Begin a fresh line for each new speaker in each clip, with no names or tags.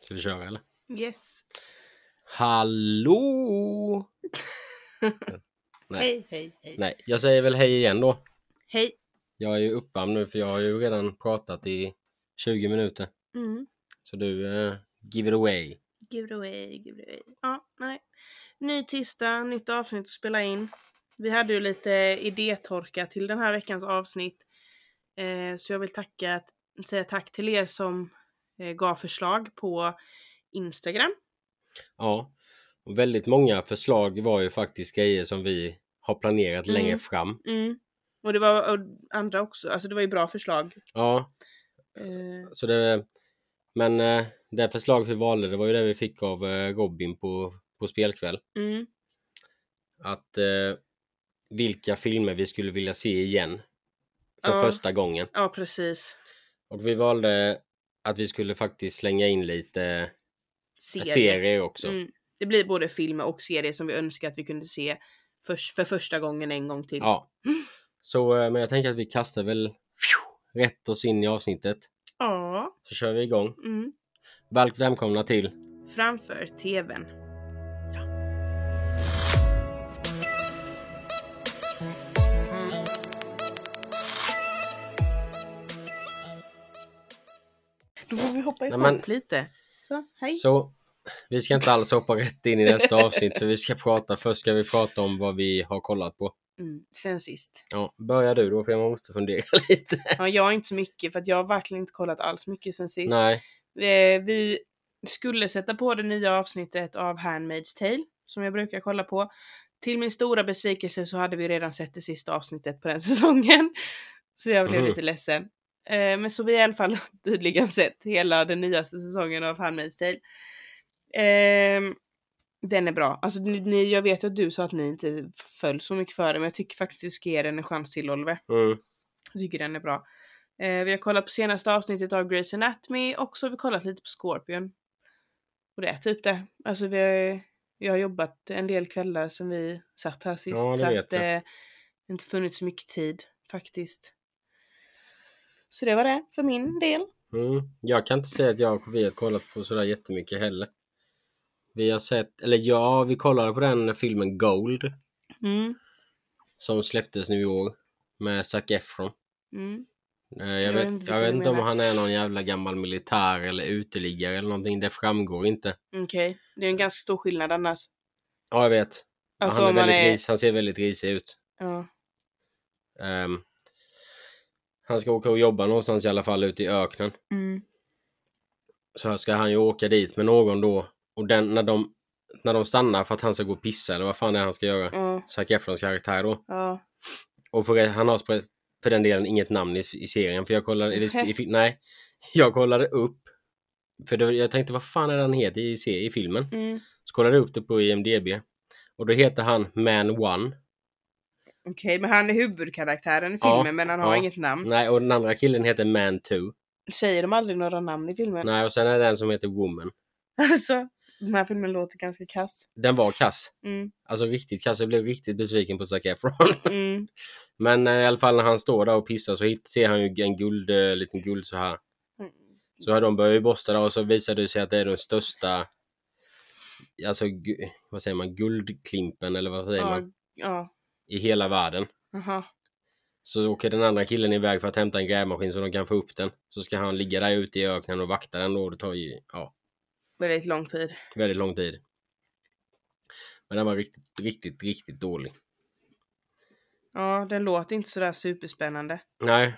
Ska vi köra eller?
Yes.
Hallå! Nej.
Hej, hej, hej.
Nej, jag säger väl hej igen då.
Hej.
Jag är ju uppvärmd nu för jag har ju redan pratat i 20 minuter.
Mm.
Så du, eh, give it away.
Give it away, give it away. Ja, nej. Ny tisdag, nytt avsnitt att spela in. Vi hade ju lite idétorka till den här veckans avsnitt. Eh, så jag vill tacka, säga tack till er som eh, gav förslag på Instagram.
Ja. Och väldigt många förslag var ju faktiskt grejer som vi har planerat
Mm.
längre fram.
Mm. Och det var och andra också, alltså det var ju bra förslag.
Ja,
Eh,
så det... Men eh, det förslag vi valde det var ju det vi fick av eh, Robin på, på spelkväll.
mm.
Att eh, vilka filmer vi skulle vilja se igen. För
Ja.
första gången.
Ja, precis.
Och vi valde att vi skulle faktiskt slänga in lite eh, serier, också.
Mm. Det blir både film och serie som vi önskar att vi kunde se för, för första gången en gång till.
Ja. Så, eh, men jag tänker att vi kastar väl phew, rätt oss in i avsnittet.
Ja,
Så kör vi igång.
mm.
Välk- Välkomna till
Framför tvn. Då får vi hoppa
Nej,
ihop
men-
lite. Så, hej.
Så vi ska inte alls hoppa rätt in i nästa avsnitt för vi ska prata, först ska vi prata om vad vi har kollat på.
Mm, sen sist.
Ja, börja du då för jag måste fundera lite.
Ja, jag har inte så mycket för att jag har verkligen inte kollat alls mycket sen sist.
Nej,
Eh, vi skulle sätta på det nya avsnittet av Handmaid's Tale, som jag brukar kolla på. Till min stora besvikelse så hade vi redan sett det sista avsnittet på den säsongen. Så jag blev
Mhm.
lite ledsen. Eh, men så vi har i alla fall tydligen sett hela den nyaste säsongen av Handmaid's Tale. Ehm, den är bra. Alltså, ni, ni, jag vet ju att du sa att ni inte föll så mycket för den, men jag tycker faktiskt du ska ge den en chans till, Oliver.
mm.
Jag tycker den är bra. Eh, vi har kollat på senaste avsnittet av Grey's Anatomy och så har vi kollat lite på Scorpion. Och det är typ det. Alltså vi har, jag har jobbat en del kvällar sen vi satt här sist.
Ja, det
så
vet
att eh, det har inte funnits så mycket tid faktiskt. Så det var det för min del.
Mm. Jag kan inte säga att jag och vi har kollat på sådär jättemycket heller. Vi har sett, eller ja, vi kollade på den filmen Gold
Mm.
som släpptes nu i år med Zac Efron.
Mm.
Eh, Jag,
Jag vet
vet,
inte
jag
vilken
vet
du
inte om
menar.
han är någon jävla gammal militär eller uteliggare eller någonting. Det framgår inte.
Okej, det är en ganska stor skillnad annars.
Ja, jag vet.
Alltså
han, är
om man
väldigt
är...
Ris, han ser väldigt risig ut.
Ja.
Ehm, han ska åka och jobba någonstans i alla fall ute i öknen.
Mm.
Så här ska han ju åka dit med någon då. Och den, när, de, när de stannar för att han ska gå och pissa eller vad fan det är han ska göra.
Ja.
Zac Efrons karaktär då.
Ja.
Och för, han har spre- för den delen inget namn i, i serien. För jag kollade... Eller, i, fi- nej. Jag kollade upp. För då, jag tänkte vad fan är det han heter i, se- i filmen?
Mm.
Så kollade jag upp det på IMDB. Och då heter han Man One.
Okej, men han är huvudkaraktären i
Ja,
filmen men han har
ja.
inget namn.
Nej, och den andra killen heter Man Two.
Säger de aldrig några namn i filmen?
Nej, och sen är det en som heter Woman.
Alltså, den här filmen låter ganska kass.
Den var kass.
Mm,
Alltså riktigt kass. Jag blev riktigt besviken på Zac Efron.
mm,
Men eh, i alla fall när han står där och pissar så hit- ser han ju en guld, eh, liten guld så här.
mm.
Så har de börjat borsta där och så visar det sig att det är den största Alltså, gu- vad säger man? Guldklimpen eller vad säger
Ja,
man?
ja,
I hela världen.
aha.
Så åker den andra killen iväg för att hämta en grävmaskin så de kan få upp den. Så ska han ligga där ute i öknen och vakta den då. Det tar ju ja,
Väldigt lång tid.
väldigt lång tid. Men den var riktigt, riktigt, riktigt dålig.
Ja, den låter inte sådär superspännande.
Nej.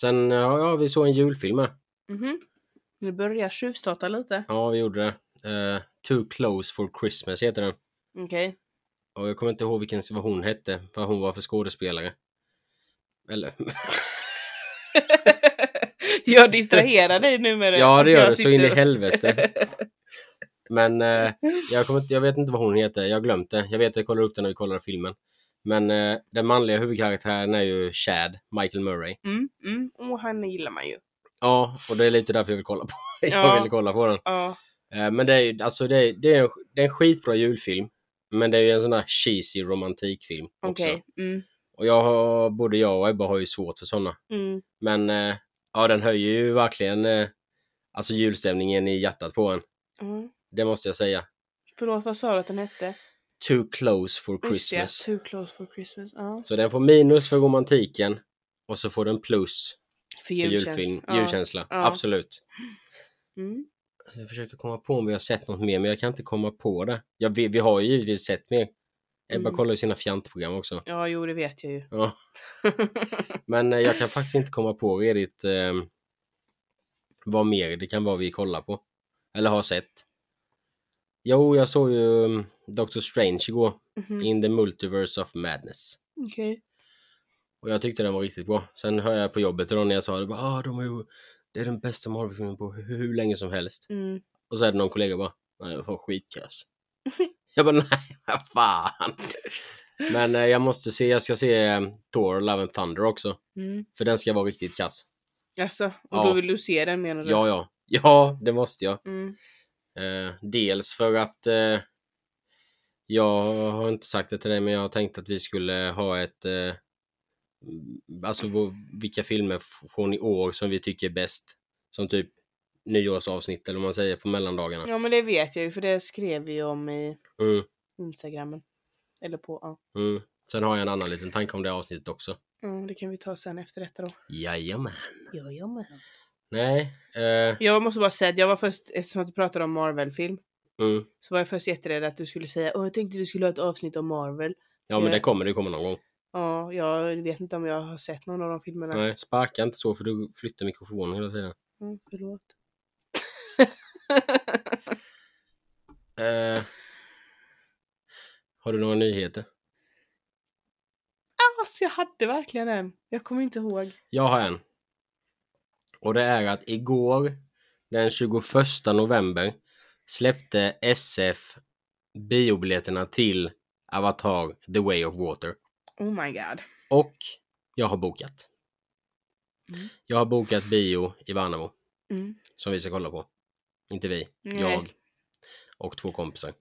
Sen ja, ja, vi såg en julfilm här.
Mhm. Nu börjar jag tjuvstarta lite.
Ja, vi gjorde det. Eh, Too close for Christmas heter den.
Okej.
Och jag kommer inte ihåg vilken, vad hon hette, vad hon var för skådespelare. Eller,
jag distraherar dig nu med det.
ja det
att
gör
jag
det så in i
sitter och-
helvete. Men eh, jag, kommer inte, jag vet inte vad hon heter, jag har glömt det. Jag vet att jag kollade upp den när vi kollade filmen. Men eh, den manliga huvudkaraktären är ju Chad, Michael Murray.
Mm, mm. Och han gillar man ju.
Ja, och det är lite därför jag vill kolla på, jag
Ja.
ville kolla på den.
Ja,
Eh, men det är ju, alltså det är, det, är en, det är en skitbra julfilm. Men det är ju en sån här cheesy romantikfilm också.
okej. Mm,
Och jag har, både jag och Ebba har ju svårt för såna.
mm.
Men eh, ja, den höjer ju verkligen eh, alltså julstämningen i hjärtat på en.
Mm.
Det måste jag säga.
Förlåt, vad sa du att den hette?
Too close for
Just det,
Christmas.
Too close for Christmas. Ja.
Så den får minus för romantiken och så får den plus
För
för
julkänsla.
julfilm,
ja.
julkänsla.
Ja.
Absolut.
Mm.
Alltså, Jag försöker komma på om vi har sett något mer, men jag kan inte komma på det. Ja, vi, vi har ju givetvis sett mer. Ebba
Mm.
kollar ju sina fjantprogram också.
ja, jo, det vet jag ju.
Ja. Men eh, jag kan faktiskt inte komma på redigt eh, vad mer det kan vara vi kollar på. Eller har sett. Jo, jag såg ju mm, Doctor Strange igår.
Mhm.
In the Multiverse of Madness.
Okej.
Och jag tyckte den var riktigt bra. Sen hör jag på jobbet idag när jag sa det. Bara, ah, de har ju, det är den bästa Marvel-filmen på hur, hur länge som helst.
Mm.
Och så är det någon kollega bara. Nej, vad fan skitkass. jag bara, nej, vad fan. Men eh, jag måste se, jag ska se eh, Thor, Love and Thunder också.
Mm.
För den ska vara riktigt kass.
Alltså, och
Ja.
då vill du se den menar du?
Ja, ja. Ja, det måste jag.
Mm.
Eh, dels för att eh, jag har inte sagt det till dig, men jag har tänkt att vi skulle ha ett eh, alltså vår, vilka filmer f- från i år som vi tycker är bäst. Som typ nyårsavsnitt eller vad man säger på mellandagarna.
ja, men det vet jag ju för det skrev vi ju om i
Mm,
Instagrammen. Eller på, ja.
mm. Sen har jag en annan liten tanke om det avsnittet också.
Mm, det kan vi ta sen efter detta då.
Jajamän.
Ja, jag med.
Nej. Eh,
Jag måste bara säga att jag var först, eftersom att du pratade om Marvel-film,
mm.
så var jag först jätterädd att du skulle säga Åh, jag tänkte vi skulle ha ett avsnitt om Marvel.
Ja men det kommer, det kommer någon gång.
Ja, jag vet inte om jag har sett någon av de filmerna.
Nej, sparka inte så för du flyttar mikrofonen hela tiden.
Mm, förlåt.
Eh, har du några nyheter?
alltså jag hade verkligen en. Jag kommer inte ihåg.
Jag har en. Och det är att igår den 21 november släppte SF biobiljetterna till Avatar The Way of Water.
Oh my god.
Och jag har bokat.
Mm.
Jag har bokat bio i Värnamo
Mm.
som vi ska kolla på. Inte vi,
Nej.
jag och två kompisar.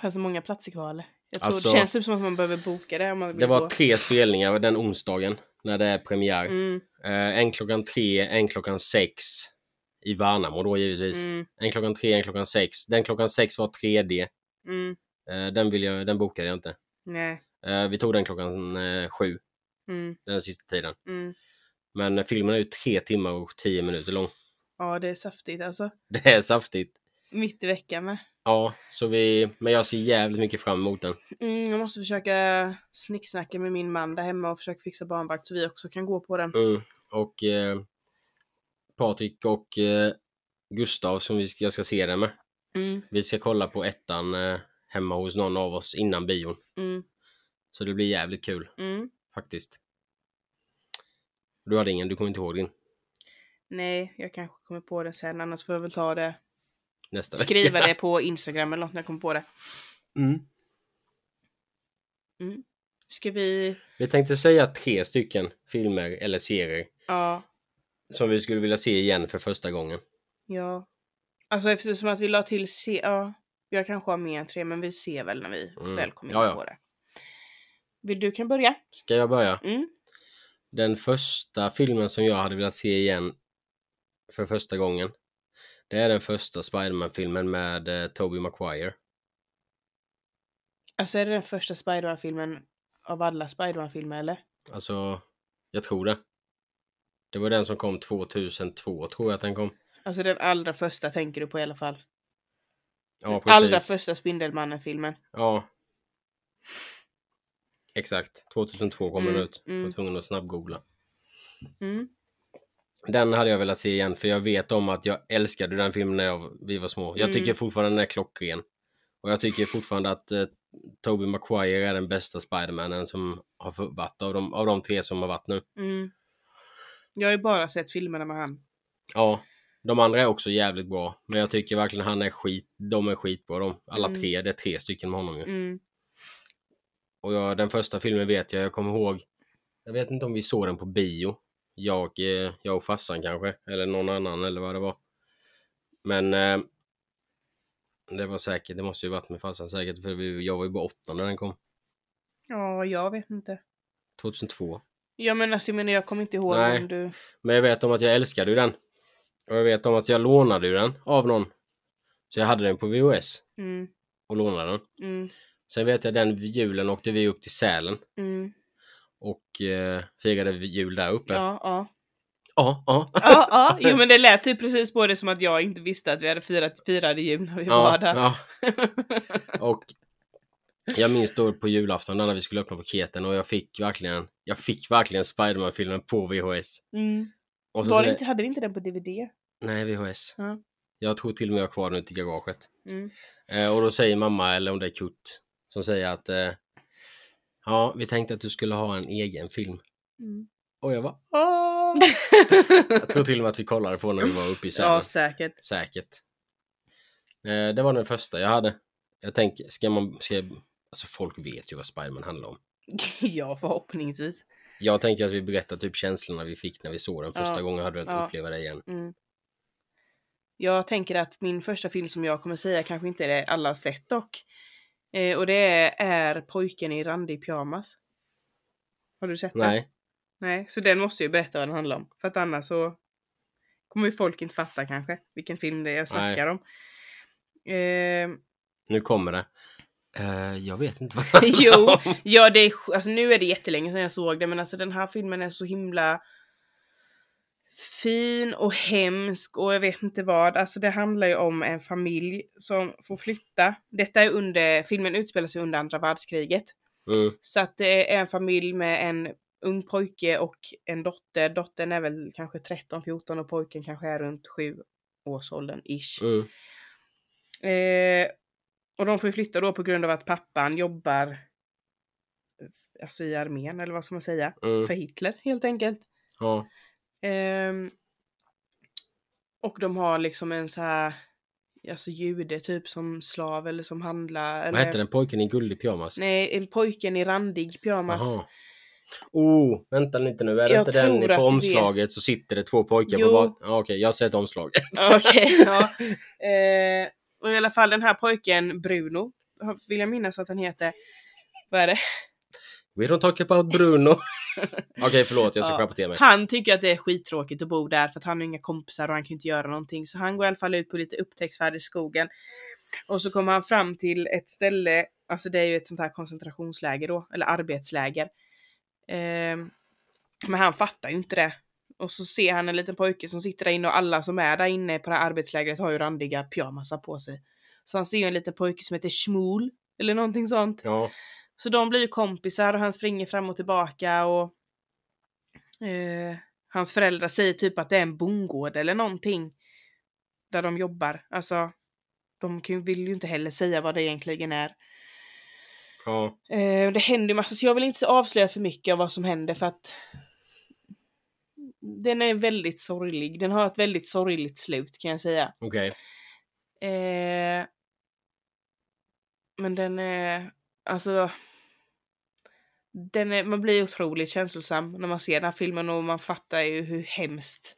Fanns det många platser kvar eller? Jag tror
Alltså-
det känns typ som att man behöver boka det om man vill
Det var
gå.
tre spelningar den onsdagen när det är premiär.
Mm,
Eh, en klockan tre, en klockan sex i Värnamo då givetvis.
mm,
En klockan tre, en klockan sex. Den klockan sex var 3D.
mm.
Eh, den, vill jag, den bokade jag inte.
Nej.
Eh, vi tog den klockan eh, sju,
Mm,
den sista tiden.
mm.
Men eh, filmen är ju tre timmar och tio minuter lång.
Ja, det är saftigt alltså.
Det är saftigt.
Mitt i veckan med.
Ja, så vi, men jag ser jävligt mycket fram emot den.
Mm, jag måste försöka snicksnacka med min man där hemma och försöka fixa barnvakt så vi också kan gå på den.
Mm. Och eh, Patrik och eh, Gustav som vi ska, jag ska se den med.
Mm,
Vi ska kolla på ettan eh, hemma hos någon av oss innan bion.
mm,
Så det blir jävligt kul
mm.
faktiskt. Du hade ingen, du kommer inte ihåg din
Nej, jag kanske kommer på det sen annars får jag väl ta det.
nästa vecka.
Skriva det på Instagram eller något när jag kommer på det.
Mm.
Mm. Ska vi...
Vi tänkte säga tre stycken filmer eller serier
Ja,
som vi skulle vilja se igen för första gången.
ja. Alltså eftersom att vi la till se... Ja, jag kanske har mer än tre men vi ser väl när vi
Mm.
väl kommer
Ja,
in
ja.
på det. Vill du kan börja?
Ska jag börja?
Mm.
Den första filmen som jag hade velat se igen för första gången. Det är den första Spiderman-filmen med eh, Tobey Maguire.
Alltså är det den första Spiderman-filmen av alla Spiderman-filmer eller?
Alltså, jag tror det. Det var den som kom 2002 tror jag att den kom.
Alltså den allra första tänker du på i alla fall?
Ja, precis.
allra första Spindelmannen-filmen.
Ja. Exakt. 2002 kom
Mm,
den ut. Jag var
mm.
tvungen att snabbgoogla.
Mm.
Den hade jag velat se igen för jag vet om att jag älskade den filmen när jag, vi var små. Jag
Mm.
tycker fortfarande den är klockren. Och jag tycker fortfarande att eh, Tobey Maguire är den bästa Spidermanen som har fu- varit av de, av de tre som har varit nu.
Mm. Jag har ju bara sett filmerna med han.
Ja, de andra är också jävligt bra. Men jag tycker verkligen han är skit. De är skitbra de. Alla
Mm.
tre. Det är tre stycken med honom ju.
Mm.
Och jag, den första filmen vet jag, jag kommer ihåg. Jag vet inte om vi såg den på bio. Jag, eh, jag och farsan kanske, eller någon annan eller vad det var. Men eh, det var säkert, det måste ju varit med farsan säkert, för vi, jag var ju bara åtta när den kom.
Ja, jag vet inte.
2002.
Ja men alltså jag menar jag kommer inte ihåg
Nej.
om du...
Men jag vet om att jag älskade ju den. Och jag vet om att jag lånade ju den av någon. Så jag hade den på VHS
Mm,
och lånade den.
mm,
Sen vet jag den julen åkte vi upp till Sälen
mm.
och eh, firade vi jul där uppe.
Ja, ja.
ja. ja.
Ja, ja. Jo, men det lät ju precis både som att jag inte visste att vi hade firat firade jul när vi var där.
ja. Och jag minns då på julafton när vi skulle öppna paketen och jag fick verkligen, jag fick verkligen Spiderman-filmen på VHS.
Mm.
Och så
Var
så
det
det-
inte, hade vi inte den på DVD?
Nej, VHS.
Ja.
Jag tror till och med jag har kvar den ute i garaget.
Mm.
Eh, och då säger mamma, eller om det är Kurt, som säger att eh, Ja, vi tänkte att du skulle ha en egen film.
Mm.
Och jag bara Åh! Jag tror till och med att vi kollade på när vi var uppe i Sälen.
ja, säkert.
Säkert. Eh, det var den första jag hade. Jag tänker, ska man... Ska, alltså folk vet ju vad Spiderman handlar om.
ja, förhoppningsvis.
Jag tänker att vi berättar typ känslorna vi fick när vi såg den första
Ja.
gången. Hade du att
Ja.
uppleva det igen?
Mm. Jag tänker att min första film som jag kommer säga kanske inte är det alla har sett dock. Eh, och det är, är Pojken i randig pyjamas. Har du sett den?
Nej.
Nej. Så den måste jag ju berätta vad den handlar om. För att annars så kommer ju folk inte fatta kanske vilken film det är jag snackar om. Eh,
Nu kommer det. Eh, jag vet inte vad det handlar
Jo.
om.
Ja, det är, sj- alltså, nu är det jättelänge sedan jag såg den, men alltså den här filmen är så himla fin och hemsk och jag vet inte vad. Alltså det handlar ju om en familj som får flytta. Detta är under, filmen utspelar sig under andra världskriget.
Mm,
Så att det är en familj med en ung pojke och en dotter. Dottern är väl kanske 13-14 och pojken kanske är runt 7 årsåldern ish.
mm,
Eh, och de får ju flytta då på grund av att pappan jobbar eh, alltså i armén eller vad ska man säga?
mm.
För Hitler helt enkelt.
Ja.
Ehm, och de har liksom en så här alltså jude typ som slav eller som handlar. Eller,
Vad hette den? Pojken i guldig pyjamas?
Nej, en pojken i randig pyjamas.
Jaha. Oh, vänta lite nu. Är det
Jag
inte den
tror
på
att vi-
omslaget så sitter det två pojkar på
Jo.
var... Ja, Okej, jag har sett omslaget.
Okej, ja. Eh, och i alla fall den här pojken Bruno, vill jag minnas att han heter. Vad är det?
We don't talk about Bruno. Okej, förlåt. Jag ska
Ja.
skärpa till mig.
Han tycker att det är skittråkigt att bo där för att han har inga kompisar och han kan inte göra någonting. Så han går i alla fall ut på lite upptäcktsfärd i skogen. Och så kommer han fram till ett ställe, alltså det är ju ett sånt här koncentrationsläger då, eller arbetsläger. Ehm, men han fattar ju inte det. Och så ser han en liten pojke som sitter där inne och alla som är där inne på det här arbetslägret har ju randiga pyjamasar på sig. Så han ser ju en liten pojke som heter Shmuel eller någonting sånt.
Ja.
Så de blir ju kompisar och han springer fram och tillbaka och eh, hans föräldrar säger typ att det är en bondgård eller någonting där de jobbar. Alltså, de kan, ju- vill ju inte heller säga vad det egentligen är.
ja.
Eh, och det händer ju massa, så jag vill inte avslöja för mycket om vad som händer för att den är väldigt sorglig. Den har ett väldigt sorgligt slut kan jag säga.
Okej.
Eh, men den är, alltså. Den är, man blir otroligt känslosam när man ser den här filmen och man fattar ju hur hemskt.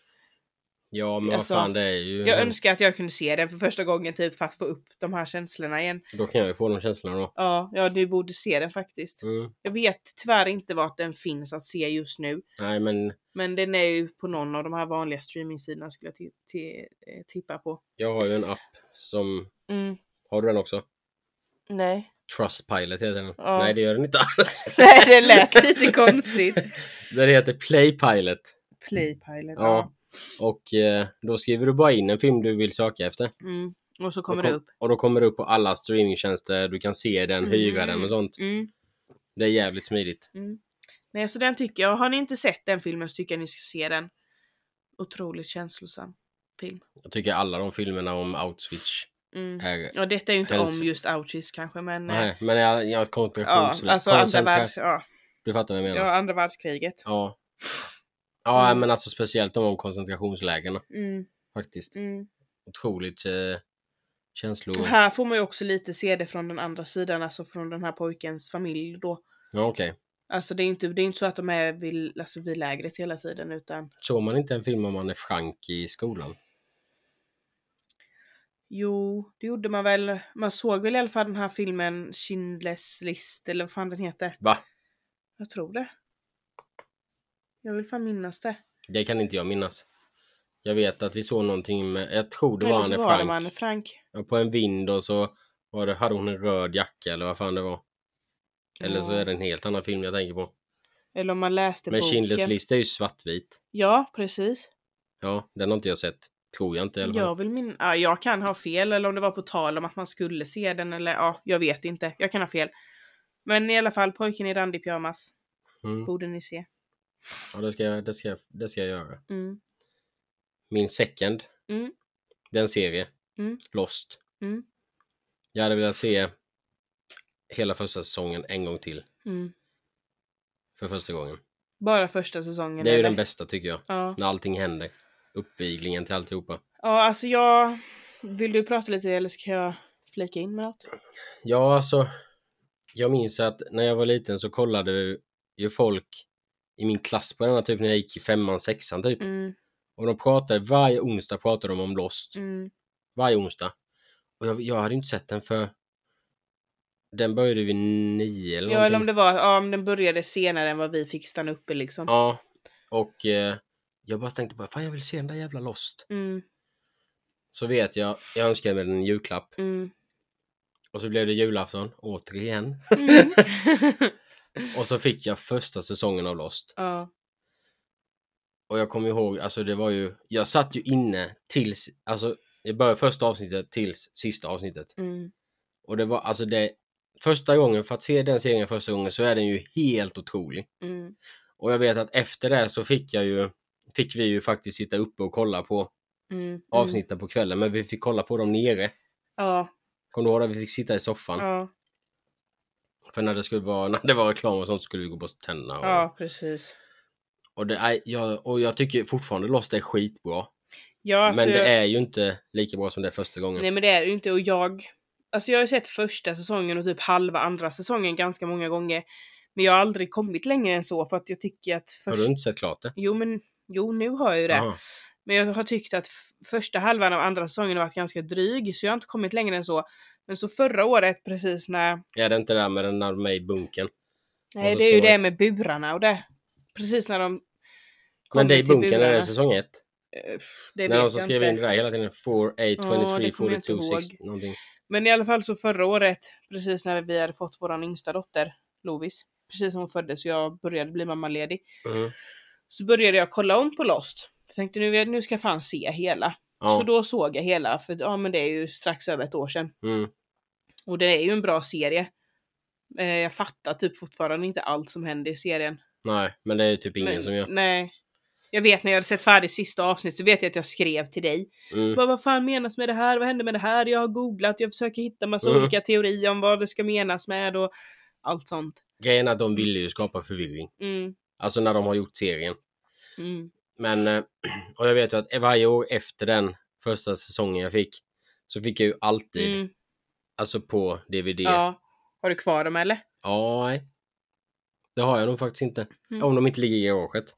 Ja, men
Alltså,
vad fan, det är ju...
Jag önskar att jag kunde se den för första gången typ för att få upp de här känslorna igen.
Då kan jag ju få de känslorna då.
Ja, ja du borde se den faktiskt.
Mm.
Jag vet tyvärr inte vart den finns att se just nu.
Nej, men
Men den är ju på någon av de här vanliga streamingsidorna skulle jag ti- ti- eh, tippa på.
jag har ju en app som...
Mm,
Har du den också?
nej.
Trustpilot heter den.
Ja.
Nej, det gör den inte alls.
Nej, det lät lite konstigt.
Den heter Playpilot.
Playpilot.
Ja. Och eh, då skriver du bara in en film du vill söka efter.
Mm. Och så kommer
och
det upp.
Och då kommer det upp på alla streamingtjänster. Du kan se den, hyra
Mm.
den och sånt.
Mm.
Det är jävligt smidigt.
Mm. Nej, så den tycker jag. Har ni inte sett den filmen så tycker jag ni ska se den. Otroligt känslosam film.
Jag tycker alla de filmerna om Auschwitz
Mm.
är...
Ja, detta är ju inte
Hells-
om just Auschwitz kanske, men... eh,
Nej, men jag, jag
Ja,
koncentrations...
alltså andra,
koncentra-
världs, ja,
Du fattar vad jag menar?
ja, andra världskriget.
Ja. Ja,
Mm.
men alltså speciellt de om koncentrationslägren
Mm,
faktiskt.
mm.
Otroligt eh, känslor...
Här får man ju också lite se det från den andra sidan, alltså från den här pojkens familj då.
Ja, okej.
Alltså det är inte, det är inte så att de är vid, alltså, vid lägret hela tiden utan
Såg man inte en film om Anne Frank i skolan?
Jo, det gjorde man väl. Man såg väl i alla fall den här filmen Schindler's list eller vad fan den heter.
Va?
Jag tror det. Jag vill fan minnas det.
Det kan inte jag minnas. Jag vet att vi såg någonting med, jag tror det
Eller
var
så
Anne
var det med Anne
Frank.
Frank.
Ja, På en vind och så var det, hade hon en röd jacka eller vad fan det var. Eller så
Ja.
är det en helt annan film jag tänker på.
Eller om man läste
Men
boken.
Schindler's lista är ju svartvit.
Ja, precis.
Ja, den har inte jag sett. Tror jag inte i alla fall.
Jag vill min... ja, jag kan ha fel eller om det var på tal om att man skulle se den eller ja, jag vet inte. Jag kan ha fel. Men i alla fall, pojken i randig pyjamas
Mm.
borde ni se.
Ja, det ska, jag, det, ska jag, det ska jag göra.
Mm.
Min second.
Mm.
Den ser vi.
Mm.
Lost.
Mm.
Jag hade velat se hela första säsongen en gång till.
Mm.
För första gången.
Bara första säsongen.
Det är ju
eller?
den bästa tycker jag.
Ja.
När allting händer. Uppviglingen till alltihopa.
ja, alltså jag... Vill du prata lite eller ska jag flika in med något?
Ja, alltså. Jag minns att när jag var liten så kollade ju- ju folk i min klass på den här typ när jag gick i femman, sexan typ.
Mm,
Och de pratade, varje onsdag pratade de om Lost.
mm,
Varje onsdag. Och jag, jag hade ju inte sett den för den började vid nio eller
ja, eller om
någonting.
det var... Ja, om den började senare än vad vi fick stanna uppe liksom.
Ja, och eh, jag bara tänkte bara, fan jag vill se den där jävla Lost.
Mm,
Så vet jag, jag önskade mig en julklapp.
mm,
Och så blev det julafton, återigen.
mm.
Och så fick jag första säsongen av Lost.
ja,
Och jag kommer ihåg, alltså det var ju, jag satt ju inne tills, alltså det började första avsnittet tills sista avsnittet.
mm,
Och det var alltså det, första gången, för att se den serien första gången så är den ju helt otrolig.
mm,
Och jag vet att efter det så fick jag ju, fick vi ju faktiskt sitta uppe och kolla på
mm, Mm.
avsnitten på kvällen, men vi fick kolla på dem nere.
Ja,
Kommer du ihåg det? Vi fick sitta i soffan.
ja,
För när det skulle vara, när det var reklam och sånt skulle vi gå och borsta tänderna. Och,
ja, precis.
och, det, nej, jag, och jag tycker fortfarande Lost är skitbra.
Ja, alltså,
men det
jag-
är ju inte lika bra som det första gången.
Nej men det är det ju inte och jag... Alltså jag har ju sett första säsongen och typ halva andra säsongen ganska många gånger. Men jag har aldrig kommit längre än så för att jag tycker att...
Har
Först...
du inte sett klart det?
Jo men, jo nu har jag ju det.
Aha.
Men jag har tyckt att f- första halvan av andra säsongen har varit ganska dryg så jag har inte kommit längre än så. Men så förra året precis när...
Är det inte det där med den där med i bunken?
Nej
så
det är ju
ska man-
det med burarna och det. Precis när de...
Men
kommer
det i
till
bunken, är det
burarna.
säsong ett?
Eh, pff, Det
När de
vet
som
jag
skrev
inte.
in det där hela tiden, 4, 8,
Ja, det
23,
kommer jag inte
42,
ihåg.
60 någonting.
Men i alla fall så förra året, precis när vi hade fått vår yngsta dotter, Lovis, precis när hon föddes och jag började bli mammaledig,
Mm.
så började jag kolla om på Lost. Jag tänkte nu, nu ska jag fan se hela. Så
Ja.
då såg jag hela, för ja men det är ju strax över ett år sedan.
Mm.
Och det är ju en bra serie. Eh, Jag fattar typ fortfarande inte allt som händer i serien.
Nej, men det är typ ingen
Men-
som gör.
Nej. Jag vet när jag hade sett färdigt sista avsnittet så vet jag att jag skrev till dig.
Mm.
Vad, vad fan menas med det här? Vad hände med det här? Jag har googlat, jag försöker hitta massa
Mm.
olika teorier om vad det ska menas med och allt sånt.
Grejen är att de ville ju skapa förvirring.
Mm,
Alltså när de har gjort serien.
mm,
Men, eh, och jag vet ju att varje år efter den första säsongen jag fick, så fick jag ju alltid,
mm,
alltså på DVD. Ja.
ja. Har du kvar dem eller?
nej. Det har jag nog faktiskt inte.
Mm.
Om de inte ligger i garaget.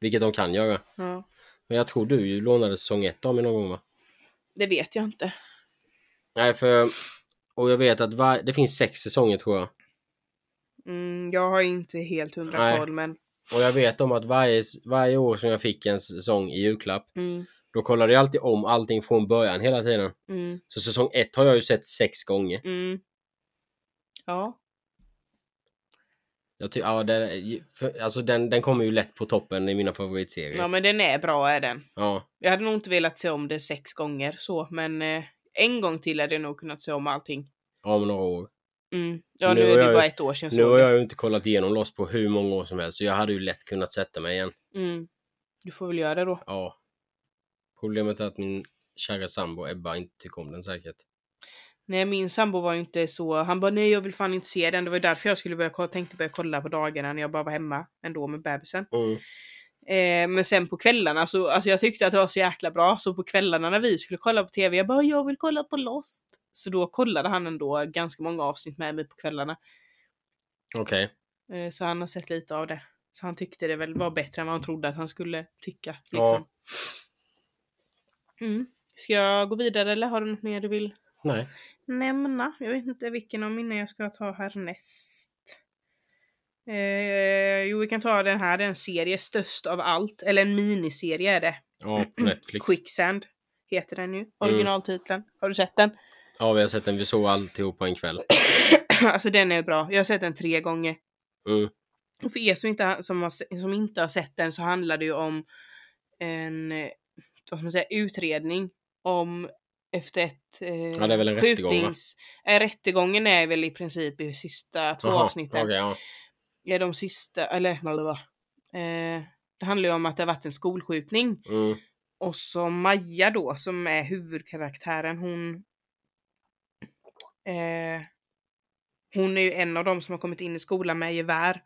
Vilket de kan göra.
Ja.
Men jag tror du ju lånade säsong ett av mig någon gång va?
Det vet jag inte.
Nej, för... Och jag vet att var... det finns sex säsonger tror jag.
Mm, jag har inte helt hundra
Nej.
koll men.
Och jag vet om att varje, varje år som jag fick en säsong i julklapp,
Mm,
då kollade jag alltid om allting från början hela tiden.
mm,
Så säsong ett har jag ju sett sex gånger.
mm. Ja.
Jag ty- ja, det, för, alltså den, den kommer ju lätt på toppen i mina favoritserier.
ja, men den är bra är den.
Ja,
Jag hade nog inte velat se om det sex gånger så men eh, en gång till hade jag nog kunnat se om allting.
om några år.
Mm. Ja
Nu
nu,
har
är det
jag-
ju bara ett år sedan jag
Nu
såg
har
det.
jag ju inte kollat igenom Lost på hur många år som helst, så jag hade ju lätt kunnat sätta mig igen.
Mm. Du får väl göra det då.
Ja. Problemet är att min kära sambo Ebba inte tycker om den säkert.
Nej min sambo var ju inte så, han bara nej jag vill fan inte se den. Det var ju därför jag skulle börja, ko- tänkte börja kolla på dagarna när jag bara var hemma ändå med bebisen.
Mm.
Eh, men sen på kvällarna så, alltså jag tyckte att det var så jäkla bra så på kvällarna när vi skulle kolla på TV jag bara jag vill kolla på Lost. Så då kollade han ändå ganska många avsnitt med mig på kvällarna.
Okej.
Eh, så han har sett lite av det. Så han tyckte det väl var bättre än vad han trodde att han skulle tycka. Liksom. Mm. Ska jag gå vidare eller har du något mer du vill
Nej.
nämna. Jag vet inte vilken av mina jag ska ta härnäst. Eh, jo, vi kan ta den här. Det är en serie, Störst av allt. Eller en miniserie är det.
Ja, på Netflix.
Quicksand heter den ju. Originaltiteln. Har du sett den?
Ja, vi har sett den. Vi såg alltihop på en kväll.
alltså den är bra. Jag har sett den tre gånger.
Mm.
Och för er som inte, har- som, har, se- som inte har sett den så handlar det ju om en eh, vad ska man säga, utredning om efter ett eh,
Ja, det är väl en rättegång, va?
eh, rättegången är väl i princip i sista två
Jaha,
avsnitten.
okej, ja.
Ja, de sista, eller vad det var. Eh, det handlar ju om att det har varit en skolskjutning.
Mm.
Och så Maja då som är huvudkaraktären hon eh, Hon är ju en av dem som har kommit in i skolan med gevär.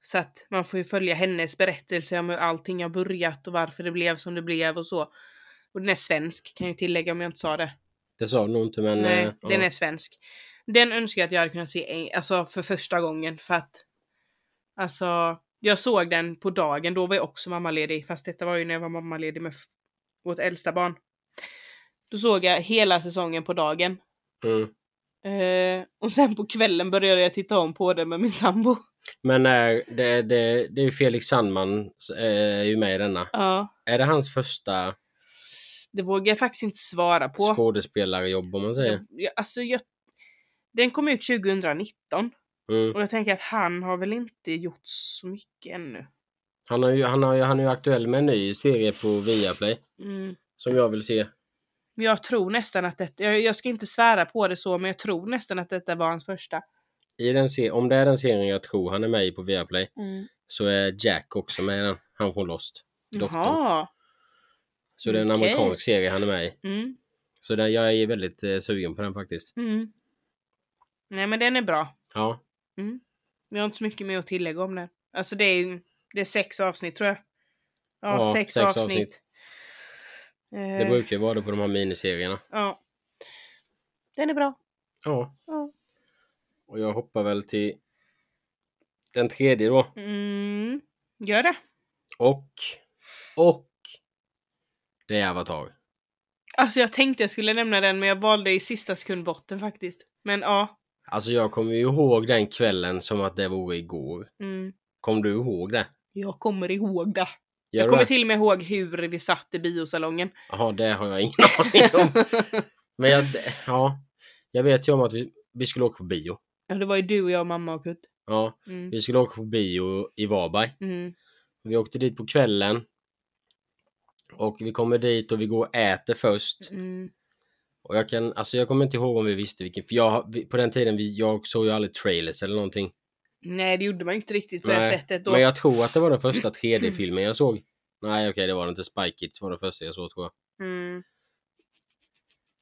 Så att man får ju följa hennes berättelse om hur allting har börjat och varför det blev som det blev och så. Och den är svensk kan jag ju tillägga om jag inte sa det.
Det sa du nog inte, men...
Nej,
eh, ja.
den är svensk. Den önskar jag att jag hade kunnat se en, alltså för första gången för att Alltså jag såg den på dagen, då var jag också mammaledig fast detta var ju när jag var mammaledig med f- vårt äldsta barn. Då såg jag hela säsongen på dagen.
Mm.
Eh, och sen på kvällen började jag titta om på den med min sambo.
Men eh, det, det, det är ju Felix Sandman eh, är ju med i denna.
Ja.
Är det hans första
Det vågar jag faktiskt inte svara på.
skådespelarjobb om man säger?
Jag, alltså jag, den kom ut 2019
Mm.
och jag tänker att han har väl inte gjort så mycket ännu.
Han, har ju, han, har ju, han är ju aktuell med en ny serie på Viaplay
Mm.
som jag vill se.
Men jag tror nästan att detta, jag, jag ska inte svära på det så, men jag tror nästan att detta var hans första.
I den se- om det är den serien jag tror han är med i på Viaplay
Mm.
så är Jack också med i den. Han från Lost. Doktorn.
Jaha.
Så det är en
Okej.
amerikansk serie han är med i.
Mm.
Så den, jag är väldigt eh, sugen på den faktiskt.
Mm. Nej men den är bra.
Ja.
Mm. Jag har inte så mycket mer att tillägga om den. Alltså det är, det är sex avsnitt tror jag. Ja,
Ja,
sex,
sex
avsnitt.
avsnitt.
Eh,
Det brukar ju vara det på de här miniserierna.
ja. Den är bra.
Ja.
Ja.
Och jag hoppar väl till den tredje då.
Mm. Gör det.
Och... Och... Det är Avatar.
Alltså jag tänkte jag skulle nämna den men jag valde i sista sekund bort den faktiskt. Men ja.
Alltså jag kommer ju ihåg den kvällen som att det vore igår.
Mm.
Kom du ihåg det?
Jag kommer ihåg det.
Gör
jag kommer
det?
till och med ihåg hur vi satt i biosalongen.
Jaha, det har jag ingen aning om. Men jag, ja, jag vet ju om att vi, vi skulle åka på bio.
ja, det var ju du och jag, mamma och Kurt.
Ja,
Mm.
vi skulle åka på bio i Varberg.
Mm.
Vi åkte dit på kvällen. Och vi kommer dit och vi går och äter först.
Mm.
Och jag kan, alltså jag kommer inte ihåg om vi visste vilken, för jag, vi- på den tiden, vi, jag såg ju aldrig trailers eller någonting.
Nej, det gjorde man ju inte riktigt på det
Nej,
sättet då.
Men jag tror att det var den första 3D-filmen jag såg. Nej okej, det var det inte. Spike Kids var den första jag såg tror jag.
Mm.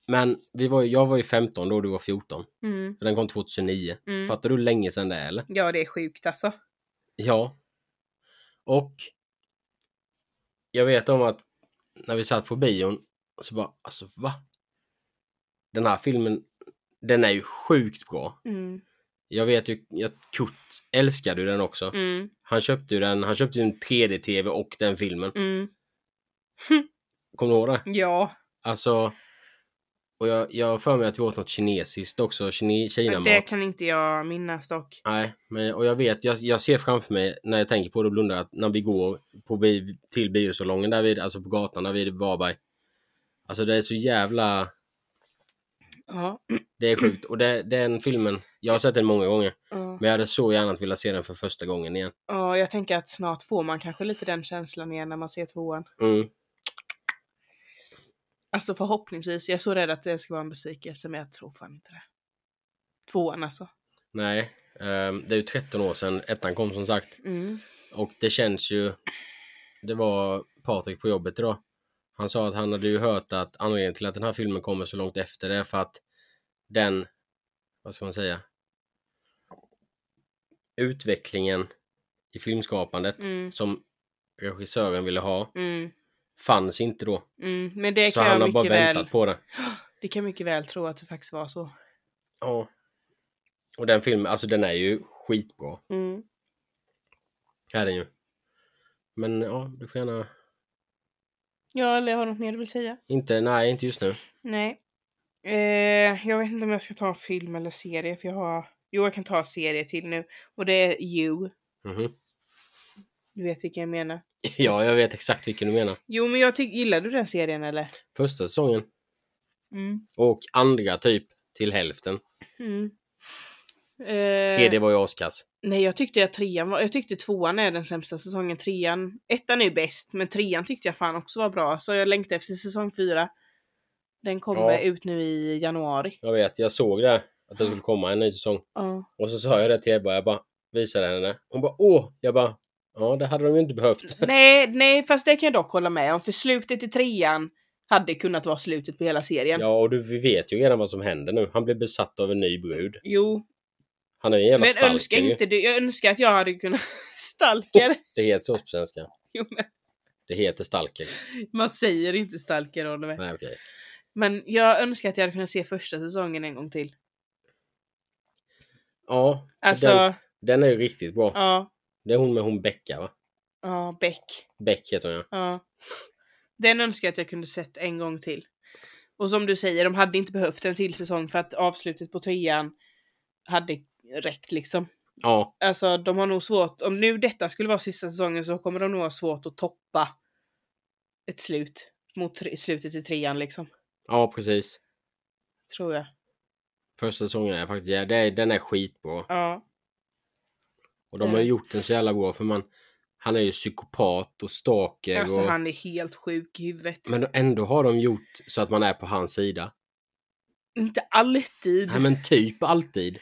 Men vi var, ju- jag var ju 15 då, du var 14.
Mm.
Den kom 2009.
Mm.
Fattar du hur länge sedan det är eller?
Ja, det är sjukt alltså.
Ja. Och jag vet om att när vi satt på bion så bara, alltså va? Den här filmen, den är ju sjukt bra.
Mm.
Jag vet ju, jag, Kurt älskade ju den också.
Mm.
Han köpte ju den, han köpte ju en 3D-TV och den filmen.
Mm.
Kommer du ihåg det?
Ja,
Alltså, och jag, jag har för mig att vi åt något kinesiskt också, kine, Kina-mat.
det kan inte jag minnas dock.
Nej, men, och jag vet, jag, jag ser framför mig när jag tänker på det och blundar att när vi går på bi, till biosalongen där vid, alltså på gatan där vid Varberg. Alltså det är så jävla,
Ja.
det är sjukt. Och det, den filmen, jag har sett den många gånger,
Ja.
men jag hade så gärna att vilja se den för första gången igen.
ja, jag tänker att snart får man kanske lite den känslan igen när man ser tvåan.
Mm.
Alltså förhoppningsvis. Jag är så rädd att det ska vara en besvikelse, men jag tror fan inte det. Tvåan alltså.
Nej, ehm, det är ju 13 år sedan ettan kom som sagt.
Mm.
Och det känns ju... Det var Patrik på jobbet idag. Han sa att han hade ju hört att anledningen till att den här filmen kommer så långt efter det är för att den... Vad ska man säga? Utvecklingen i filmskapandet
Mm.
som regissören ville ha
Mm.
fanns inte då.
Mm. Men det
så
kan
han
jag
har bara
mycket väl...
väntat på det.
Det kan jag mycket väl tro att det faktiskt var så.
Ja. Och den filmen, alltså den är ju skitbra.
Mm.
Är den ju. Men ja, du får gärna...
Ja, eller har du något mer du vill säga?
Inte, nej, inte just nu.
Nej. Eh, jag vet inte om jag ska ta en film eller serie för jag har... Jo, jag kan ta en serie till nu. Och det är You.
Mhm.
Du vet vilken jag menar.
ja, jag vet exakt vilken du menar.
Jo, men jag tycker, gillar du den serien eller?
Första säsongen
Mm.
och andra typ till hälften.
mm. Eh,
Tredje var ju askass.
Nej, jag tyckte att trean var... Jag tyckte tvåan är den sämsta säsongen. Trean... Ettan är ju bäst, men trean tyckte jag fan också var bra. Så jag längtar efter säsong fyra. Den kommer
Ja.
ut nu i januari.
Jag vet, jag såg det. Att det skulle komma en ny säsong.
Ja.
Och så sa jag det till Ebba. Jag bara visade henne. Hon bara åh! Jag bara ja, det hade de ju inte behövt.
nej, nej, fast det kan jag dock hålla med om. För slutet i trean hade kunnat vara slutet på hela serien.
Ja, och du, vi vet ju redan vad som händer nu. Han blir besatt av en ny brud.
Jo,
Han är ju en jävla
men
stalker
önskar
ju.
inte du. Jag önskar att jag hade kunnat stalker.
Det heter så på svenska.
Jo, men
Det heter stalker.
man säger inte stalker, Oliver.
Nej, okej.
Men jag önskar att jag hade kunnat se första säsongen en gång till.
Ja, för
Alltså,
den, den är ju riktigt bra.
ja.
Det är hon med hon Becka va?
Ja, Beck.
Beck heter hon ja.
Ja. Den önskar jag att jag kunde sett en gång till. Och som du säger, de hade inte behövt en till säsong för att avslutet på trean hade räckt liksom.
Ja,
Alltså de har nog svårt, om nu detta skulle vara sista säsongen så kommer de nog ha svårt att toppa ett slut mot tre, slutet i trean liksom.
ja precis.
Tror jag.
Första säsongen är faktiskt jä- det är, den är skitbra.
Ja.
Och de har ju
Mm.
gjort den så jävla bra för man han är ju psykopat och stalker
Alltså
och...
han är helt sjuk i huvudet.
Men ändå har de gjort så att man är på hans sida.
Inte alltid.
Nej men typ alltid.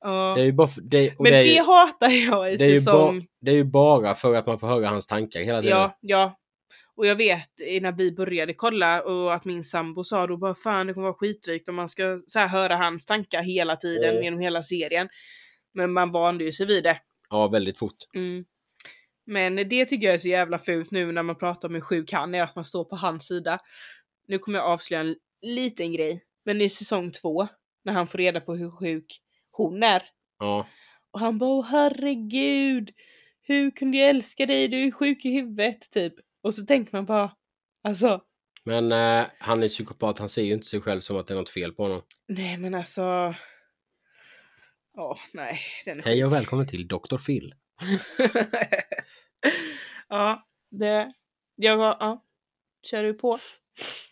ja.
Det är ju bara för, det, och
Men
det,
det,
är, ju-
hatar jag i
det, är ju
säsong
ba, det är ju bara för att man får höra hans tankar hela tiden.
Ja, ja. Och jag vet innan vi började kolla och att min sambo sa då bara fan det kommer vara skitdrygt om man ska så här höra hans tankar hela tiden
Mm.
genom hela serien. Men man vande ju sig vid det. Mm.
ja väldigt fort.
Men det tycker jag är så jävla fult nu när man pratar om hur sjuk han är, att man står på hans sida. Nu kommer jag avslöja en liten grej. Men i säsong två, när han får reda på hur sjuk hon är,
Ja.
och han bara Åh, herregud, hur kunde jag älska dig? Du är sjuk i huvudet typ. Och så tänker man bara, alltså
Men eh, han är psykopat, han ser ju inte sig själv som att det är något fel på honom.
nej men alltså. Ja, nej. Den är
Hej och
sjuk.
välkommen till Dr. Phil.
ja, det. Jag var, ja. Kör du på?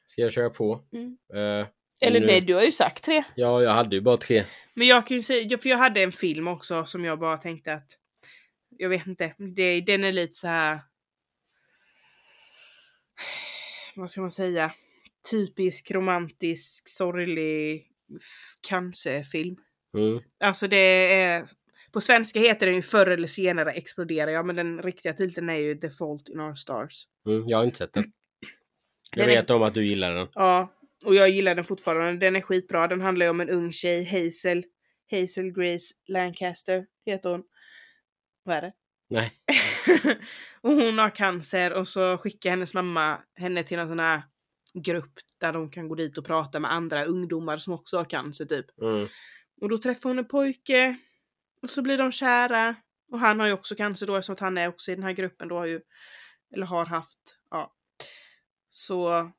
Ska jag köra på?
Mm.
Eh,
Eller
nu-
nej, du har ju sagt tre.
Ja, jag hade ju bara tre.
Men jag kan ju säga, ja, för jag hade en film också som jag bara tänkte att jag vet inte, det, den är lite så här. Vad ska man säga? Typisk romantisk sorglig f- cancerfilm.
Mm.
Alltså det är på svenska heter den ju förr eller senare exploderar jag men den riktiga titeln är ju The Fault in Our Stars.
Mm, jag har inte sett den. Jag
Den är-
vet om att du gillar den.
Ja, och jag gillar den fortfarande. Den är skitbra. Den handlar ju om en ung tjej, Hazel. Hazel Grace Lancaster heter hon. Vad är det?
Nej.
och hon har cancer och så skickar hennes mamma henne till en sån här grupp där de kan gå dit och prata med andra ungdomar som också har cancer typ.
Mm.
Och då träffar hon en pojke och så blir de kära. Och han har ju också cancer då eftersom att han är också i den här gruppen då har ju, eller har haft, ja. Så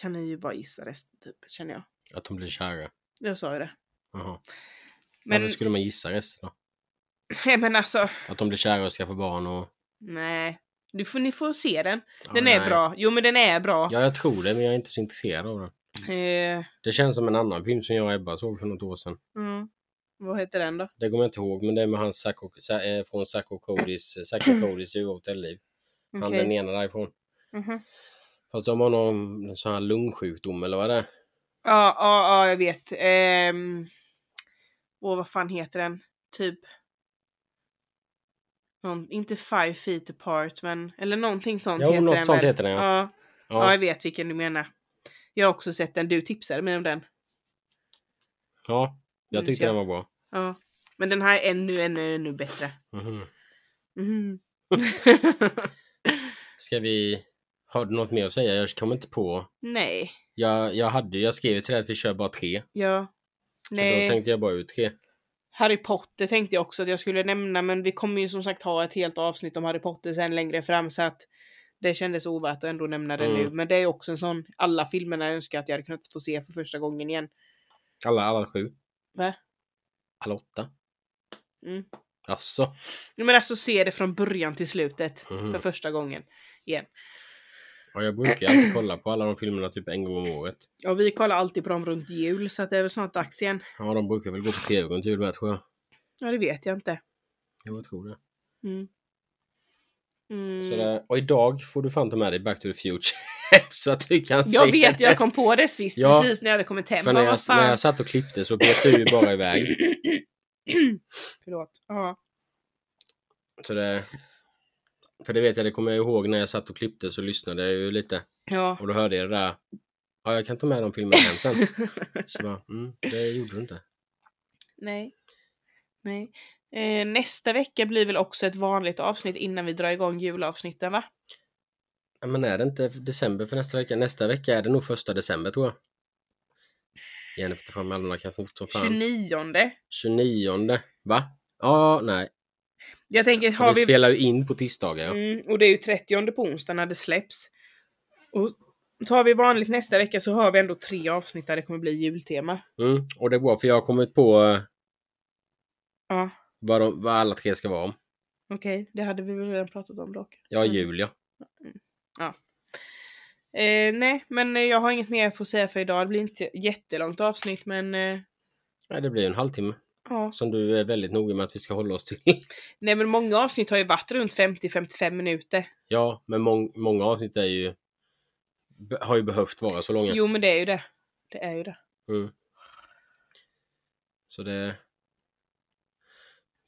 kan ni ju bara gissa resten typ, känner jag.
Att de blir kära.
Jag sa ju det.
Jaha.
Men,
Varför skulle man gissa resten då?
nej men alltså,
Att de blir kära och skaffar barn och...
nej. Du får, ni får se den.
Ja,
Den
nej.
är bra. Jo men den är bra.
Ja, jag tror det, men jag är inte så intresserad av den.
Eh,
Det känns som en annan film som jag och Ebba såg för något år sedan.
mm. Vad heter den då?
Det kommer jag inte ihåg, men det är med han Zack och, Sa- eh, från Zack och Codys, eh, Zack och Codys Uva Hotelliv. Han
Okej.
den ena därifrån.
Mhm.
Fast de har någon sån här lungsjukdom eller vad det är.
Ja, ja, ja, jag vet. Ehm, Åh, vad fan heter den? Typ... Någon, inte five feet apart, men... Eller någonting sånt
Jo,
heter
något
den
sånt
väl?
heter den, ja.
Ja. Ja. jag
Ja.
vet vilken du menar. Jag har också sett den. Du tipsade mig om den.
ja jag
Nu
tyckte
ska-
den var bra.
Ja. Men den här är ännu, ännu, ännu bättre.
Mhm.
Mhm.
Ska vi... Har du något mer att säga? Jag kommer inte på.
Nej.
Jag, jag, hade, jag skrev ju till dig att vi kör bara tre.
Ja.
Nej.
Nej.
Då tänkte jag bara ut tre.
Harry Potter tänkte jag också att jag skulle nämna men vi kommer ju som sagt ha ett helt avsnitt om Harry Potter sen längre fram så att det kändes ovärt att ändå nämna det
Mm.
nu. Men det är också en sån, alla filmerna jag önskar att jag hade kunnat få se för första gången igen.
Alla, alla sju.
Va?
Alla åtta.
Mm.
Ja, Alltså.
Jo, Men alltså se det från början till slutet
Mhm.
för första gången igen.
Ja, jag brukar alltid kolla på alla de filmerna typ en gång om året.
Och vi kollar alltid på dem runt jul så att det är väl snart dags igen.
Ja, de brukar väl gå på tv runt jul med tror jag.
Ja, det vet jag inte.
Jo, Jag tror det.
Mm. Mm.
Sådär. Och idag får du fan ta med dig Back to the Future. så att du kan se
Jag vet,
det.
jag kom på det sist
Alltså, Ja.
precis när jag hade kommit hem.
För när
Bara,
jag,
vad fan.
när jag satt och klippte så bet du ju bara iväg.
Förlåt. Ja.
Så det, för det vet jag, det kommer jag ihåg när jag satt och klippte så lyssnade jag ju lite.
ja.
Och då hörde jag det där. Ja, jag kan ta med de filmerna hem sen. Så bara, mm, det gjorde du inte.
Nej. Nej. Eh, nästa vecka blir väl också ett vanligt avsnitt innan vi drar igång julavsnitten va?
Ja, men är det inte december för nästa vecka? Nästa vecka är det nog första december tror jag. Jennifer tar fram almanackan fort som fan.
29.
29. Va? Ja, nej.
Jag tänker,
För
har
vi
vi...
spelar ju in på tisdagar. Ja.
Mm, och det är ju 30 på onsdag när det släpps. Och tar vi vanligt nästa vecka så har vi ändå tre avsnitt där det kommer bli jultema.
Mm, och det är bra för jag har kommit på eh,
Ja,
vad, de, vad alla tre ska vara om.
okej. Det hade vi väl redan pratat om dock.
Ja,
Mm.
Julia.
Eh, nej, men eh, jag har inget mer att säga för idag. Det blir inte jättelångt avsnitt, men eh,
Nej, det blir en halvtimme.
ja.
Som du är väldigt noga med att vi ska hålla oss till.
Nej, men många avsnitt har ju varit runt 50-55 minuter.
ja, men mång, många avsnitt är ju, be- har ju behövt vara så långa.
Jo, men det är ju det. Det är ju det.
Mm. Så det...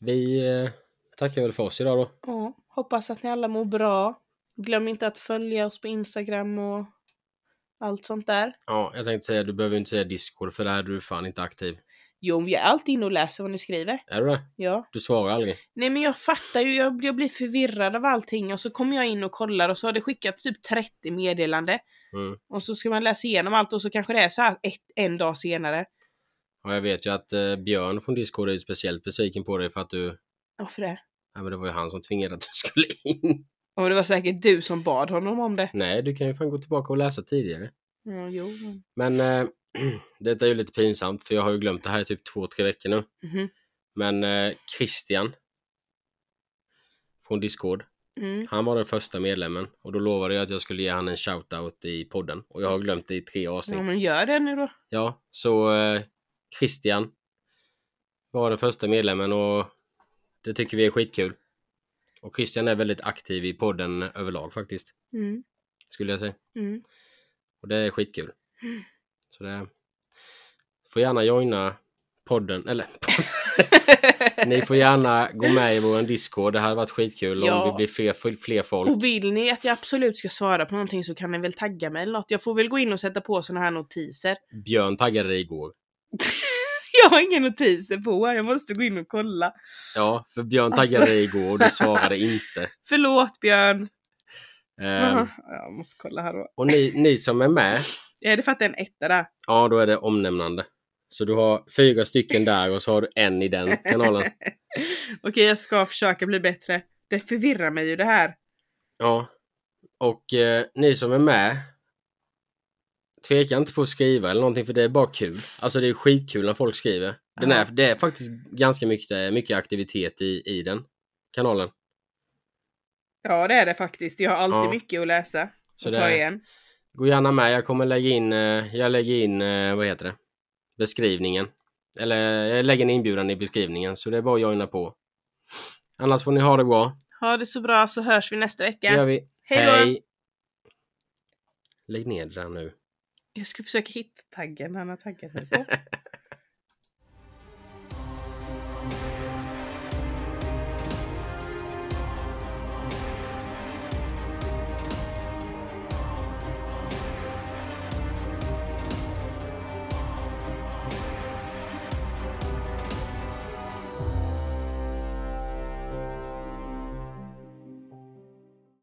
Vi eh, tackar väl för oss idag då.
Ja, hoppas att ni alla mår bra. Glöm inte att följa oss på Instagram och allt sånt där.
Ja, jag tänkte säga, du behöver ju inte säga Discord för där är du fan inte aktiv.
Jo, jag är alltid inne och läser vad ni skriver.
Är du det?
Ja.
Du svarar aldrig.
Nej, men jag fattar ju. Jag, jag blir förvirrad av allting och så kommer jag in och kollar och så har det skickat typ 30 meddelande.
Mm.
Och så ska man läsa igenom allt och så kanske det är så här ett, en dag senare.
Ja, jag vet ju att eh, Björn från Discord är ju speciellt besviken på dig för att du...
Varför det?
Ja, men det var ju han som tvingade att du skulle in.
Och det var säkert du som bad honom om det.
Nej, du kan ju fan gå tillbaka och läsa tidigare.
Ja, jo. men-
Men eh, detta är ju lite pinsamt för jag har ju glömt det här i typ två, tre veckor nu.
Mhm.
Men eh, Christian från Discord,
Mm.
han var den första medlemmen och då lovade jag att jag skulle ge han en shoutout i podden och jag har glömt det i tre avsnitt.
Ja, men gör det nu då.
Ja, så eh, Christian var den första medlemmen och det tycker vi är skitkul. Och Christian är väldigt aktiv i podden överlag faktiskt,
Mm.
skulle jag säga.
Mm.
Och det är skitkul.
Mm.
Så det... Får gärna joina podden, eller ni får gärna gå med i vår Discord. Det hade varit skitkul om
Ja.
vi blir fler, fler folk.
Och vill ni att jag absolut ska svara på någonting så kan ni väl tagga mig eller något. Jag får väl gå in och sätta på såna här notiser.
Björn taggade dig igår.
Jag har inga notiser på, jag måste gå in och kolla.
Ja, för Björn taggade
Alltså.
dig igår och du svarade inte.
Förlåt Björn.
Ehm,
Aha, Jag måste kolla här då.
och ni, ni som är med,
Ja, det fattar en etta där.
ja då är det omnämnande. Så du har fyra stycken där och så har du en i den Mm, kanalen.
Okej, jag ska försöka bli bättre. Det förvirrar mig ju det här.
Ja. Och eh, ni som är med. Tveka inte på att skriva eller någonting för det är bara kul. Alltså det är skitkul när folk skriver. Den
Ja.
är, det är faktiskt ganska mycket, mycket aktivitet i, i den kanalen.
Ja, det är det faktiskt. Jag har alltid
Ja.
mycket att läsa.
Så
och
det
ta
är-
igen.
Gå gärna med. Jag kommer lägga in, eh, jag lägger in, eh, vad heter det? Beskrivningen. Eller jag lägger en inbjudan i beskrivningen så det är bara att joina på. Annars får ni ha det bra.
Ha det så bra så hörs vi nästa vecka.
Det gör vi.
Hej då!
Lägg ner det där nu.
Jag ska försöka hitta taggen han har taggat mig på.